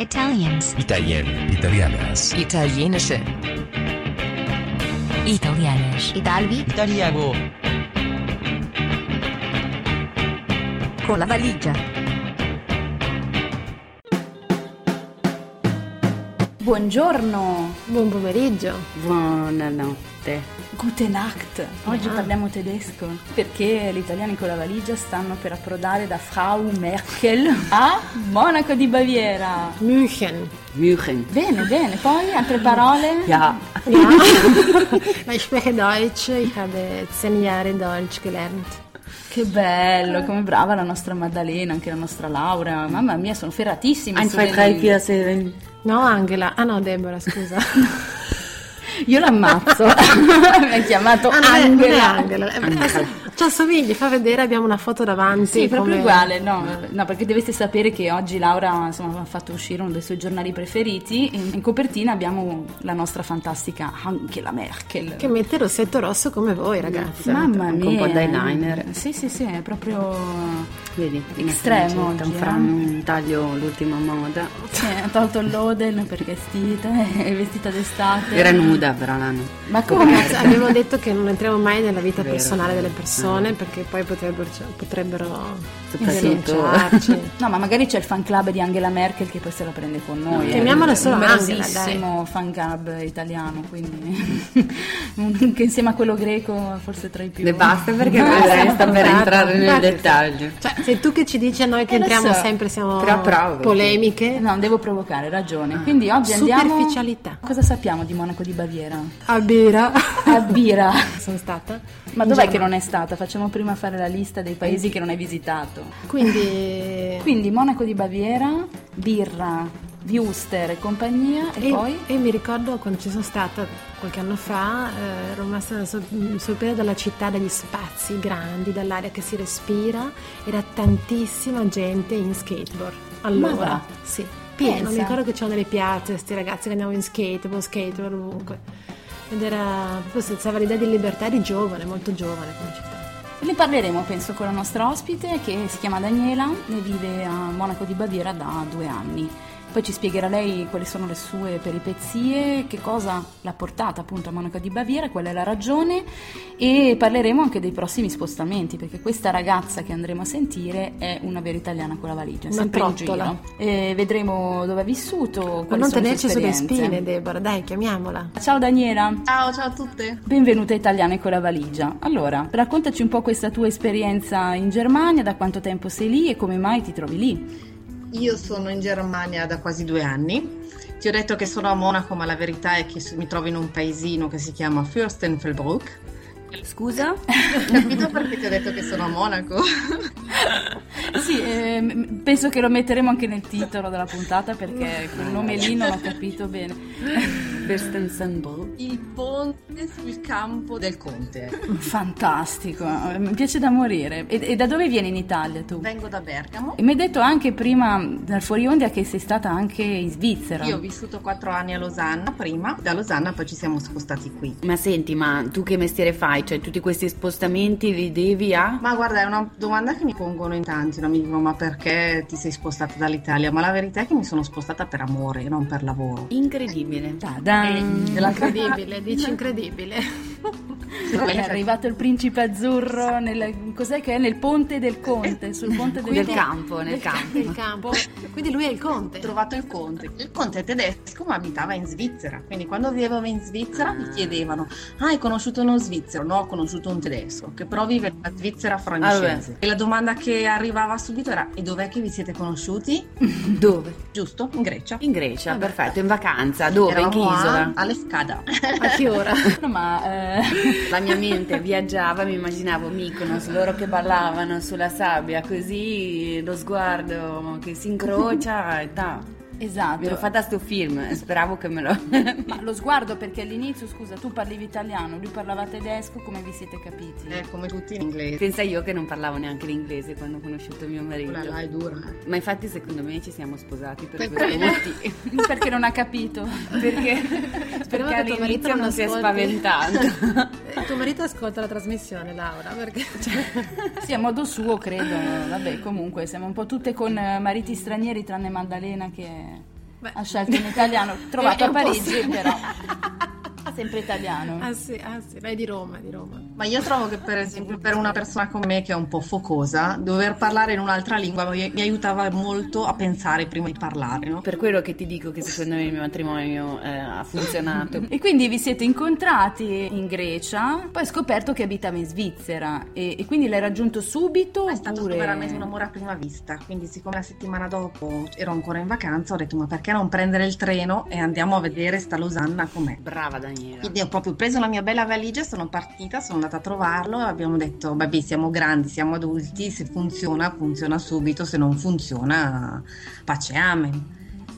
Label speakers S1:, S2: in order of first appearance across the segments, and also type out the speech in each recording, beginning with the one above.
S1: Italians,
S2: Italiani, italianas,
S3: Italienische.
S1: italianisch,
S3: Italvi
S4: Italiano.
S3: con la valigia.
S5: Buongiorno,
S6: Buon pomeriggio.
S7: Buonanotte.
S5: gute Nacht. Oggi
S6: Ah.
S5: parliamo tedesco perché gli italiani con la valigia stanno per approdare da Frau Merkel a Monaco di Baviera.
S6: München.
S7: München. Ah,
S5: Bene, bene, poi altre parole?
S7: Ja,
S6: Ja. ich spreche Deutsch. Ich habe zehn Jahre Deutsch gelernt.
S5: Che bello, come brava la nostra Maddalena, anche la nostra Laura. Mamma mia, sono ferratissima.
S7: 1, 2, 3, 4, 7.
S6: No, Angela. Ah no, Deborah, scusa.
S5: Io l'ammazzo. Mi ha chiamato
S6: Ah, non è- non è
S5: Angela.
S6: Angela. Eh, adesso Ci assomigli, fa vedere, abbiamo una foto davanti.
S5: Sì, proprio
S6: come-
S5: uguale,
S7: eh.
S5: no, no, perché dovete sapere che oggi Laura insomma, ha fatto uscire uno dei suoi giornali preferiti e in copertina abbiamo la nostra fantastica Angela Merkel.
S6: Che mette il rossetto rosso come voi, ragazzi.
S5: Mamma mia!
S7: Con un po' d'eyeliner.
S5: Sì, sì, sì, è proprio...
S7: Vedi,
S5: Estremo
S7: Estremo.
S5: oggi, eh?
S7: Tanfran, taglio l'ultima moda.
S5: Sì, ha tolto il loden perché è vestita, è vestita d'estate.
S7: Era nuda, però l'hanno.
S5: Ma come?
S6: Ragazzi, abbiamo detto che non entriamo mai nella vita
S7: Vero,
S6: personale delle
S7: vero.
S6: persone perché poi potrebbero, cioè, potrebbero
S7: Soprattutto.
S6: denunciarci.
S5: No, ma magari c'è il fan club di Angela Merkel che poi se la prende con noi.
S6: Chiamiamola solo
S5: un
S6: Angela,
S5: numerosissimo fan club italiano, quindi un- che insieme a quello greco forse tra i più.
S7: Ne basta perché poi sta per entrare nel
S6: Guarda.
S7: dettaglio.
S6: esatto. Cioè, sei tu che ci dici a noi che
S5: Eh, lo
S6: entriamo
S5: so,
S6: sempre, siamo
S7: però provo.
S6: polemiche.
S5: No, devo provocare, hai ragione. Quindi oggi andiamo
S6: Superficialità.
S5: Cosa sappiamo di Monaco di Baviera?
S6: A Bira.
S5: A Bira.
S6: Sono stata.
S5: Ma
S6: in
S5: dov'è
S6: Germania.
S5: che non è stata? Facciamo prima fare la lista dei paesi che non hai visitato.
S6: Quindi...
S5: Quindi Monaco di Baviera, birra, Wuster e compagnia e,
S6: E,
S5: poi
S6: e mi ricordo quando ci sono stata qualche anno fa, eh, ero rimasta sor- mh, sorpresa dalla città, dagli spazi grandi, dall'aria che si respira, era tantissima gente in skateboard.
S5: Ma
S6: Allora,
S5: va.
S6: sì, pieno,
S5: Pensa.
S6: mi ricordo che c'erano delle piazze, questi ragazzi che andavano in skateboard, skateboard ovunque. Ed era proprio senza l'idea di libertà, eri giovane, molto giovane come città.
S5: ne parleremo penso con la nostra ospite che si chiama Daniela e vive a Monaco di Baviera da due anni. Poi ci spiegherà lei quali sono le sue peripezie, che cosa l'ha portata appunto a Monaco di Baviera, qual è la ragione e parleremo anche dei prossimi spostamenti perché questa ragazza che andremo a sentire è una vera italiana con la valigia,
S6: Una
S5: sempre in
S6: trottola.
S5: giro. E vedremo dove ha vissuto,
S6: Ma
S5: quali
S6: non
S5: sono le sue
S6: tenerci sulle
S5: esperienze.
S6: spine, Deborah, dai, chiamiamola.
S5: Ciao Daniela!
S8: Ciao, ciao a tutte.
S5: Benvenuta a Italiane con la valigia. Allora, raccontaci un po' questa tua esperienza in Germania, da quanto tempo sei lì e come mai ti trovi lì.
S8: Io sono in Germania da quasi due anni. Ti ho detto che sono a Monaco, ma la verità è che mi trovo in un paesino che si chiama Fürstenfeldbruck.
S7: Scusa?
S8: Capito perché ti ho detto che sono a Monaco?
S5: Sì, ehm, penso che lo metteremo anche nel titolo della puntata perché quel nome lì non ho capito bene.
S7: Festensenbo.
S8: Il ponte sul campo del conte.
S5: Fantastico, eh, mi piace da morire. E, e da dove vieni in Italia tu?
S8: Vengo da Bergamo.
S5: E mi hai detto anche prima dal fuori onda che sei stata anche in Svizzera.
S8: Io ho vissuto quattro anni a Losanna prima, da Losanna poi ci siamo spostati qui.
S7: Ma senti, ma tu che mestiere fai? Cioè, tutti questi spostamenti li devi a?
S8: Ma guarda, è una domanda che mi pongono in tanti, no? mi dicono ma perché ti sei spostata dall'Italia? Ma la verità è che mi sono spostata per amore, non per lavoro.
S7: Incredibile.
S5: Ta-dan!
S6: Incredibile, dici incredibile.
S5: Poi
S7: certo.
S5: è arrivato il principe azzurro nel, cos'è che è? nel ponte del conte sul ponte del,
S7: Eh, Del campo, eh. nel campo.
S6: Il campo. Quindi lui è il conte.
S8: Ho trovato il conte. Il conte è tedesco ma abitava in Svizzera, quindi quando vivevo in Svizzera mi chiedevano "Ah, hai conosciuto uno svizzero?". No, ho conosciuto un tedesco che però vive nella Svizzera
S7: Ah,
S8: francese. e la domanda che arrivava subito era "E dov'è che vi siete conosciuti?".
S7: Dove?
S8: Giusto? In Grecia.
S7: In Grecia, perfetto, in vacanza. Dove? In che
S8: Eravamo a-
S7: isola?
S8: Alle Scada.
S6: A che ora?
S5: ma eh,
S7: La mia mente viaggiava, mi immaginavo Mykonos, loro che ballavano sulla sabbia, così lo sguardo che si incrocia e ta.
S5: Esatto.
S7: Mi ero fatta sto film, speravo che me lo...
S5: Ma lo sguardo perché all'inizio, scusa, tu parlavi italiano, lui parlava tedesco, come vi siete capiti?
S8: Eh, come tutti in inglese.
S7: Pensa io che non parlavo neanche l'inglese quando ho conosciuto mio marito.
S8: Quella là è dura. eh.
S7: Ma infatti secondo me ci siamo sposati per questo motivo.
S5: perché non ha capito.
S7: Perché,
S6: Speriamo
S7: perché
S6: che tuo marito
S7: all'inizio
S6: non
S7: non si è
S6: ascolti.
S7: spaventato.
S6: Eh, Tuo marito ascolta la trasmissione, Laura, perché
S5: Sì, a modo suo credo. Vabbè, comunque siamo un po' tutte con eh, mariti stranieri, tranne Maddalena che
S6: Beh.
S5: ha scelto un italiano, trovato a Parigi, però. Sempre italiano.
S6: Ah sì, ah sì, lei è di Roma, di Roma.
S8: Ma io trovo che per esempio per una persona come me che è un po' focosa, dover parlare in un'altra lingua mi, mi aiutava molto a pensare prima di parlare, no?
S7: Per quello che ti dico che secondo me il mio matrimonio eh, ha funzionato.
S5: E quindi vi siete incontrati in Grecia, poi hai scoperto che abitava in Svizzera e, e quindi l'hai raggiunto subito?
S8: È stato
S5: oppure-
S8: veramente un amore a prima vista, quindi siccome la settimana dopo ero ancora in vacanza ho detto ma perché non prendere il treno e andiamo a vedere sta Losanna com'è.
S7: Brava Daniela.
S8: Quindi ho proprio preso la mia bella valigia, sono partita, sono andata a trovarlo e abbiamo detto, vabbè siamo grandi, siamo adulti, se funziona funziona subito, se non funziona pace amen.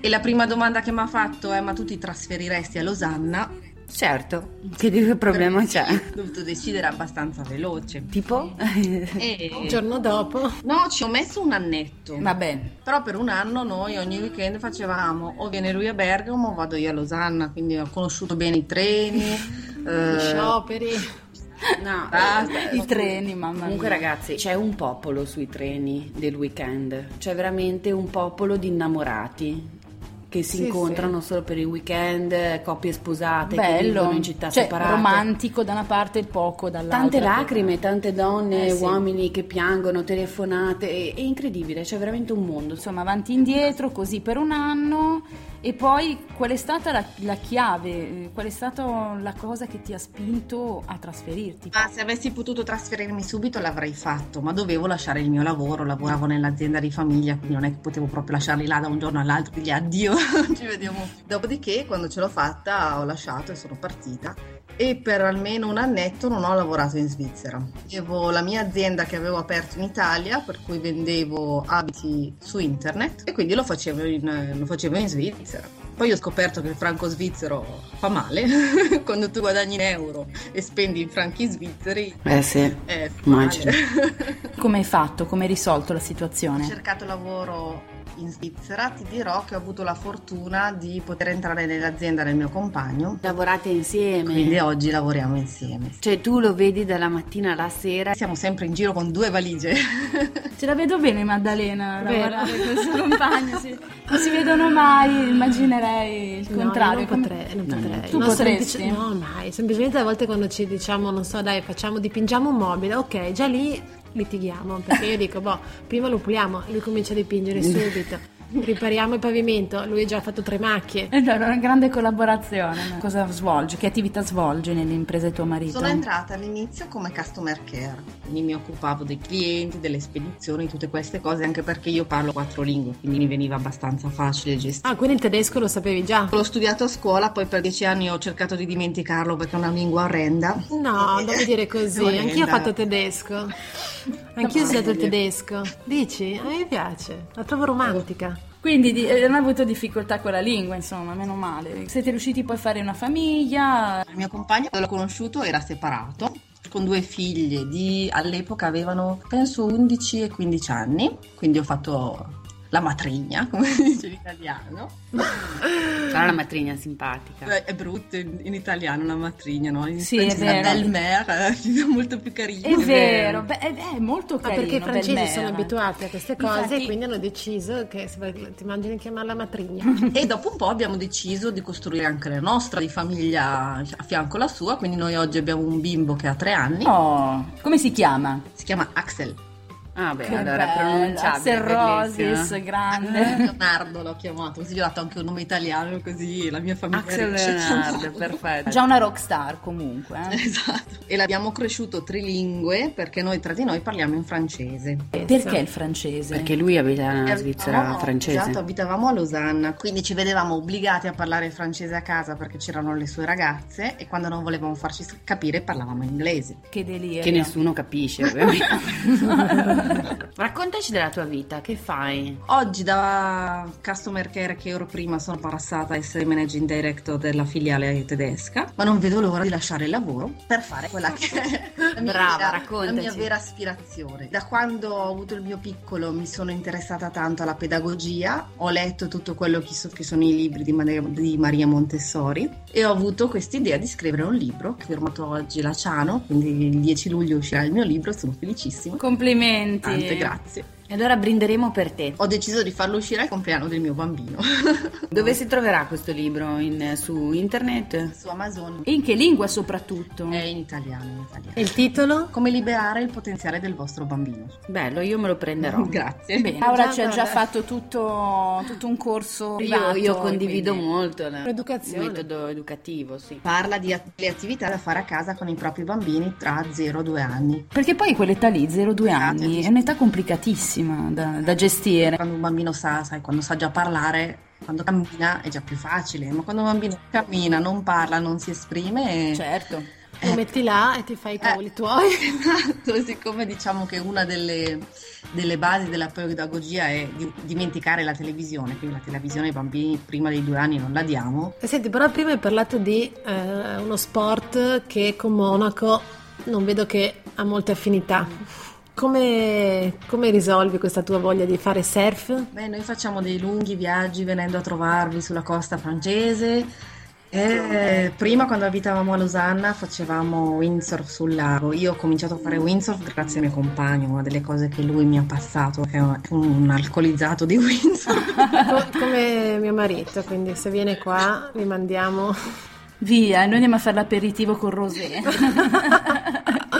S8: E la prima domanda che mi ha fatto è ma tu ti trasferiresti a Losanna?
S7: Certo, che di- problema c'è?
S8: Ho dovuto decidere abbastanza veloce.
S7: Tipo?
S6: Il
S8: E...
S6: giorno dopo
S8: No, ci ho messo un annetto.
S5: Va bene.
S8: Però per un anno noi ogni weekend facevamo o viene lui a Bergamo o vado io a Losanna, quindi ho conosciuto bene i treni,
S6: gli
S8: eh,
S6: scioperi.
S7: No,
S8: Ah,
S7: eh,
S5: I treni, mamma mia.
S7: Comunque ragazzi, c'è un popolo sui treni del weekend, c'è veramente un popolo di innamorati che si
S6: Sì,
S7: incontrano solo per il weekend, coppie sposate che
S5: Bello,
S7: vivono in città
S5: cioè,
S7: separate.
S5: romantico da una parte e poco dall'altra.
S7: Tante lacrime, tante donne,
S5: Eh, sì.
S7: uomini che piangono, telefonate, è, è incredibile, c'è veramente un mondo.
S5: Insomma, avanti e indietro, così per un anno. E poi qual è stata la, la chiave? eh, Qual è stata la cosa che ti ha spinto a trasferirti?
S8: Ma se avessi potuto trasferirmi subito l'avrei fatto, ma dovevo lasciare il mio lavoro, lavoravo nell'azienda di famiglia, quindi non è che potevo proprio lasciarli là da un giorno all'altro, quindi addio, non ci vediamo più. Dopodiché, quando ce l'ho fatta, ho lasciato e sono partita. E per almeno un annetto non ho lavorato in Svizzera. Avevo la mia azienda che avevo aperto in Italia, per cui vendevo abiti su internet e quindi lo facevo in, lo facevo in Svizzera. Poi ho scoperto che il franco svizzero fa male, quando tu guadagni in euro e spendi in franchi svizzeri
S7: Eh sì,
S8: eh,
S7: Immagino.
S5: Come hai fatto? Come hai risolto la
S8: Ho
S5: situazione?
S8: cercato lavoro in Svizzera, ti dirò che ho avuto la fortuna di poter entrare nell'azienda del mio compagno,
S7: lavorate insieme.
S8: quindi oggi lavoriamo insieme.
S7: Cioè tu lo vedi dalla mattina alla sera.
S8: Siamo sempre in giro con due valigie.
S5: Ce la vedo bene Maddalena a
S6: Vero.
S5: lavorare con il suo compagno, sì. non si vedono mai, immaginerei il contrario.
S6: No, io non potrei, non potrei.
S5: Tu
S6: No,
S5: potresti?
S6: semplici- no, mai. Semplicemente a volte quando ci diciamo, non so, dai, facciamo, dipingiamo un mobile, ok, già lì litighiamo, perché io dico, boh, prima lo puliamo, lui comincia a dipingere subito, ripariamo il pavimento, lui ha già fatto tre macchie.
S5: È Eh, una grande collaborazione. Cosa svolge? Che attività svolge nell'impresa di tuo marito?
S8: Sono entrata all'inizio come customer care, quindi mi occupavo dei clienti, delle spedizioni, tutte queste cose, anche perché io parlo quattro lingue, quindi mi veniva abbastanza facile gestire.
S6: Ah, quindi il tedesco lo sapevi già?
S8: L'ho studiato a scuola, poi per dieci anni ho cercato di dimenticarlo perché è una lingua orrenda.
S6: No, non mi dire così,
S8: Orrenda.
S6: anch'io ho fatto tedesco. Anch'io ho studiato il tedesco. Dici? A me piace, la trovo romantica.
S5: Quindi di- eh, non ha avuto difficoltà con la lingua, insomma, meno male. Siete riusciti poi a fare una famiglia.
S8: Il mio compagno, quando l'ho conosciuto, era separato con due figlie di all'epoca avevano penso 11 e 15 anni, quindi ho fatto la matrigna, come si dice in italiano.
S7: Sarà la matrigna simpatica.
S8: Beh, È brutto in, in italiano la matrigna, no? In
S5: Sì, è
S8: francese la
S5: vero.
S8: belle-mère, eh, è molto più carino.
S5: È vero, beh, è, è molto
S6: Ma
S5: carino.
S6: Ah, perché i francesi
S5: Belmera.
S6: sono abituati a queste cose
S5: Infatti-
S6: e quindi hanno deciso che se- ti mangiano chiamarla matrigna.
S8: E dopo un po' abbiamo deciso di costruire anche la nostra di famiglia a fianco alla sua, quindi noi oggi abbiamo un bimbo che ha tre anni,
S5: Oh, come si chiama?
S8: si chiama Axel.
S7: Ah beh,
S5: Che
S7: allora
S5: bella,
S7: pronunciabile,
S5: Serrosis,
S7: bellissimo.
S5: grande.
S8: Eh, Leonardo l'ho chiamato, così gli ho dato anche un nome italiano, così la mia famiglia
S7: Axel
S8: riesce a
S7: Leonardo,
S8: chiamarlo.
S7: perfetto.
S5: Già una rockstar comunque. eh.
S8: Esatto. E l'abbiamo cresciuto trilingue perché noi tra di noi parliamo in francese.
S3: Perché il francese?
S7: Perché lui abita in Svizzera
S8: Abitavamo- Esatto,
S7: francese.
S8: abitavamo a Losanna, quindi ci vedevamo obbligati a parlare francese a casa perché c'erano le sue ragazze e quando non volevamo farci capire parlavamo inglese.
S3: Che delirio.
S7: Che nessuno capisce, ovviamente. Raccontaci della tua vita, che fai?
S8: Oggi da customer care che ero prima sono passata a essere managing director della filiale tedesca, ma non vedo l'ora di lasciare il lavoro per fare quella che è la mia,
S7: Brava,
S8: vera- la
S7: raccontaci.
S8: mia vera aspirazione. Da quando ho avuto il mio piccolo mi sono interessata tanto alla pedagogia, ho letto tutto quello che, so- che sono i libri di, Mane- di Maria Montessori e ho avuto quest'idea di scrivere un libro che ho firmato oggi la Ciano, quindi il 10 luglio uscirà il mio libro, sono felicissima.
S7: Complimenti.
S8: Tante grazie.
S3: E allora brinderemo per te.
S8: Ho deciso di farlo uscire al compleanno del mio bambino.
S7: Dove si troverà questo libro? In- su internet? Eh,
S8: su Amazon
S3: E in che lingua soprattutto?
S8: è in italiano, in italiano.
S6: E il titolo?
S8: Come liberare il potenziale del vostro bambino.
S7: Bello, io me lo prenderò.
S8: Grazie.
S5: Laura ci ha già fatto tutto, tutto un corso
S7: Io,
S5: privato,
S7: io condivido
S5: quindi-
S7: molto la-
S6: L'educazione.
S7: il metodo educativo, sì.
S8: Parla di at- le attività da fare a casa con i propri bambini tra 0 e 2 anni.
S3: Perché poi quell'età lì, 0-2
S8: Esatto,
S3: anni,
S8: giusto.
S3: è un'età complicatissima da, da gestire.
S8: Quando un bambino sa, sai, quando sa già parlare, quando cammina è già più facile, ma quando un bambino cammina, non parla, non si esprime...
S6: Cioè,
S8: è-
S3: Certo.
S6: Lo metti là e ti fai i
S7: Eh.
S6: cavoli tuoi.
S8: Eh, Esatto, siccome diciamo che una delle, delle basi della pedagogia è di dimenticare la televisione, quindi la televisione ai bambini prima dei due anni non la diamo,
S6: E Senti, però prima hai parlato di eh, uno sport che con Monaco non vedo che ha molte affinità. Come, come risolvi questa tua voglia di fare surf?
S8: Beh, noi facciamo dei lunghi viaggi venendo a trovarvi sulla costa francese. Eh, prima, quando abitavamo a Losanna, facevamo windsurf sul lago. Io ho cominciato a fare windsurf grazie al mio compagno, una delle cose che lui mi ha passato, che è un- un alcolizzato di windsurf.
S6: Co- come mio marito, quindi se viene qua li mandiamo.
S5: Via, noi andiamo a fare l'aperitivo con Rosé.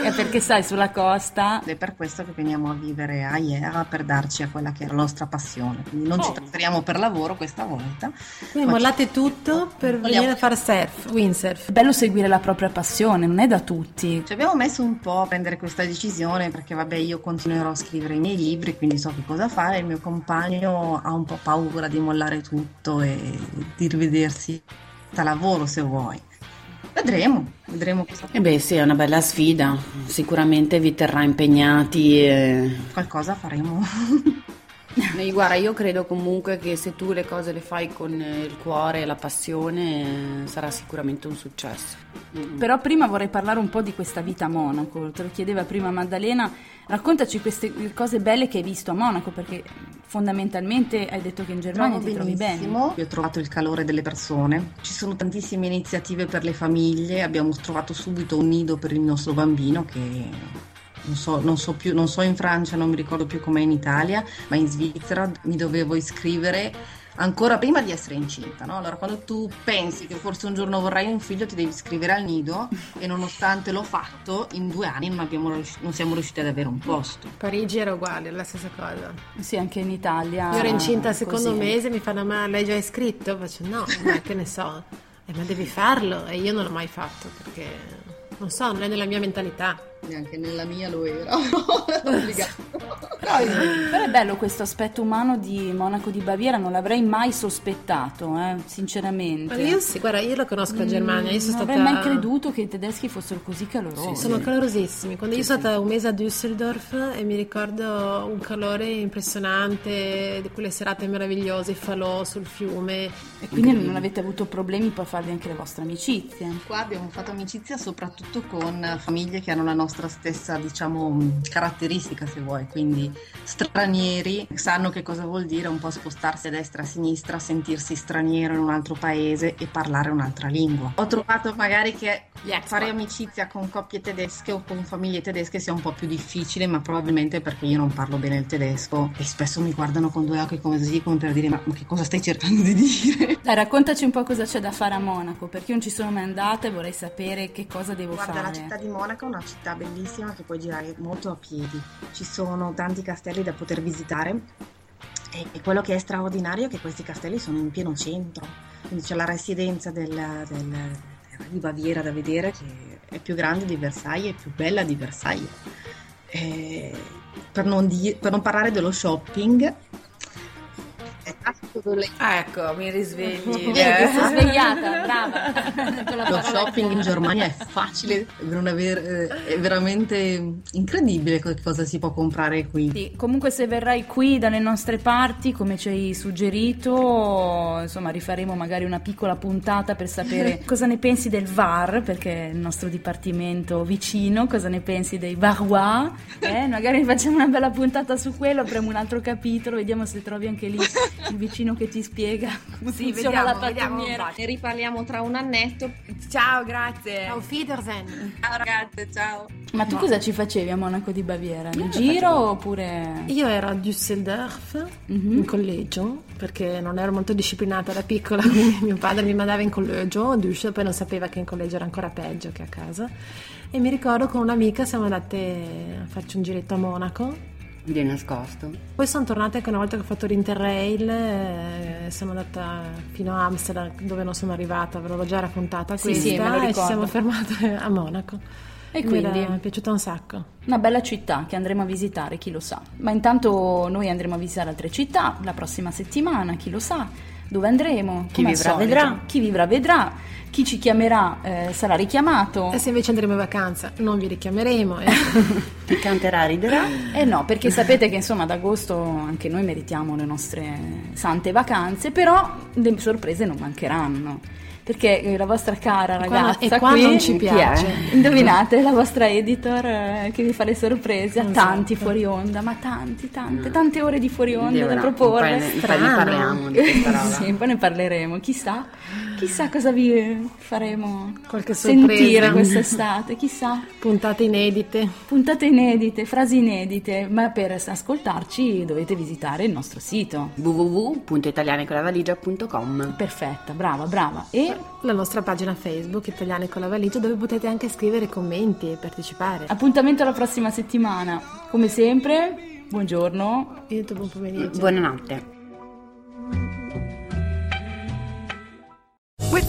S3: È perché sai, sulla costa...
S8: Ed è per questo che veniamo a vivere a Iera per darci a quella che è la nostra passione. Quindi non ci trasferiamo per lavoro questa volta.
S6: Quindi mollate tutto per venire a fare surf, windsurf.
S3: È bello seguire la propria passione, non è da tutti.
S8: Ci abbiamo messo un po' a prendere questa decisione perché vabbè io continuerò a scrivere i miei libri, quindi so che cosa fare, il mio compagno ha un po' paura di mollare tutto e di rivedersi da lavoro se vuoi. Vedremo, vedremo cosa-
S7: E Eh beh, sì, è una bella sfida. Sicuramente vi terrà impegnati. E...
S8: qualcosa faremo.
S7: Eh, Guarda, io credo comunque che se tu le cose le fai con eh, il cuore e la passione, eh, sarà sicuramente un successo.
S3: Però prima vorrei parlare un po' di questa vita a Monaco, te lo chiedeva prima Maddalena, raccontaci queste cose belle che hai visto a Monaco, perché fondamentalmente hai detto che in Germania ti trovi bene.
S8: benissimo. Io ho trovato il calore delle persone. Ci sono tantissime iniziative per le famiglie. Abbiamo trovato subito un nido per il nostro bambino che non so, non so più, non so in Francia, non mi ricordo più com'è in Italia, ma in Svizzera mi dovevo iscrivere. Ancora prima di essere incinta, no? Allora, quando tu pensi che forse un giorno vorrai un figlio, ti devi iscrivere al nido e nonostante l'ho fatto, in due anni non, abbiamo rius- non siamo riusciti ad avere un posto.
S6: Parigi era uguale, la stessa cosa.
S3: Sì, anche in Italia.
S6: Io ero incinta al secondo
S3: così.
S6: mese, mi fanno ma lei già è iscritto? Faccio no, ma che ne so, Eh, ma devi farlo e io non l'ho mai fatto perché non so, non è nella mia mentalità.
S8: Neanche nella mia lo era. Obbligato.
S3: Però è bello questo aspetto umano di Monaco di Baviera, non l'avrei mai sospettato, eh,
S6: Ma
S3: sinceramente. Mm,
S6: io sì, Mm, guarda, io la conosco la Germania, io sono
S3: non
S6: stata...
S3: avrei mai creduto che i tedeschi fossero così calorosi.
S6: Sono calorosissimi. Quando io sono stata un mese a Düsseldorf e mi ricordo un calore impressionante, di quelle serate meravigliose, i falò sul fiume.
S3: E quindi non avete avuto problemi poi a farvi anche le vostre amicizie.
S8: Qua abbiamo fatto amicizia soprattutto con famiglie che hanno la nostra stessa, diciamo, mh, mm, caratteristica, se vuoi, quindi stranieri sanno che cosa vuol dire un po' spostarsi a destra a sinistra, sentirsi straniero in un altro paese e parlare un'altra lingua. Ho trovato magari che fare amicizia con coppie tedesche o con famiglie tedesche sia un po' più difficile, ma probabilmente perché io non parlo bene il tedesco e spesso mi guardano con due occhi così come per dire ma, ma che cosa stai cercando di dire?
S3: Dai, raccontaci un po' cosa c'è da fare a Monaco, perché io non ci sono mai andata e vorrei sapere che cosa devo
S8: Guarda,
S3: fare.
S8: la città di Monaco è una città bellissima che puoi girare molto a piedi. Ci sono tanti castelli da poter visitare e, e quello che è straordinario è che questi castelli sono in pieno centro. Quindi c'è la residenza del, del, di Baviera da vedere che è più grande di Versailles e più bella di Versailles. E per, non di- per non parlare dello shopping, è assolutamente
S7: Ecco, mi risvegli.
S3: Vedi che
S7: eh.
S3: sei svegliata, brava. Con la
S8: Lo
S3: parola
S8: shopping in Germania è facile, non aver- eh, è veramente incredibile co- cosa si può comprare qui.
S3: Sì,
S5: Comunque se verrai qui dalle nostre parti, come ci hai suggerito, insomma rifaremo magari una piccola puntata per sapere cosa ne pensi del VAR, perché è il nostro dipartimento vicino, cosa ne pensi dei Varois, eh? magari facciamo una bella puntata su quello, apriamo un altro capitolo, vediamo se trovi anche lì il vicino che ti spiega come
S7: Sì,
S5: funziona
S7: vediamo,
S5: la
S7: vediamo un
S5: pattumiera.
S8: Ne riparliamo tra un annetto.
S7: Ciao, grazie.
S6: Auf Wiedersehen.
S8: Ciao ragazze, ciao.
S5: Ma tu cosa ci facevi a Monaco di Baviera? In giro oppure...
S6: Io ero a Düsseldorf
S5: Mhm.
S6: in collegio perché non ero molto disciplinata da piccola, quindi mio padre mi mandava in collegio, a Düsseldorf, poi non sapeva che in collegio era ancora peggio che a casa. E mi ricordo con un'amica siamo andate a farci un giretto a Monaco.
S7: Di nascosto.
S6: Poi sono tornata anche una volta che ho fatto l'Interrail, eh, sono andata fino a Amsterdam dove non sono arrivata, ve l'ho già raccontata
S5: Sì,
S6: questa
S5: sì, me lo
S6: e ci
S5: ricordo.
S6: siamo fermate a Monaco.
S5: E
S6: Mi
S5: quindi?
S6: era piaciuta un sacco.
S5: Una bella città che andremo a visitare, chi lo sa. Ma intanto noi andremo a visitare altre città la prossima settimana, chi lo sa. Dove andremo?
S7: Chi
S5: come al
S7: vivrà,
S5: solito.
S7: vedrà.
S5: Chi vivrà vedrà. Chi ci chiamerà eh, sarà richiamato.
S6: E se invece andremo in vacanza non vi richiameremo. eh.
S7: Chi canterà, riderà.
S5: Eh no, perché sapete che insomma ad agosto anche noi meritiamo le nostre sante vacanze, però le sorprese non mancheranno. Perché eh, la vostra cara
S6: E qua-
S5: ragazza
S6: e qua
S5: qui-
S6: non ci
S5: chi è?
S6: piace.
S5: Indovinate, la vostra editor eh, che vi fa le sorprese a
S6: Esatto.
S5: tanti fuori onda, ma tanti, tante, tante ore di fuori onda
S7: Devo-
S5: da
S7: Poi,
S5: proporre.
S7: ne- poi
S6: strano.
S7: ne parliamo di questa roba.
S5: sì, poi ne parleremo, chissà, chissà cosa vi eh, faremo
S6: Qualche
S5: sentire
S6: sorpresa.
S5: quest'estate, chissà
S6: Puntate inedite.
S5: puntate inedite, frasi inedite, ma per ascoltarci dovete visitare il nostro sito.
S7: www.italianecollavaligia.com
S5: Perfetta, brava, brava. E
S6: La nostra pagina Facebook, Italiane con la valigia, dove potete anche scrivere commenti e partecipare.
S5: appuntamento alla prossima settimana. Come sempre, buongiorno,
S6: Io dopo un pomeriggio.
S7: Buonanotte.
S4: With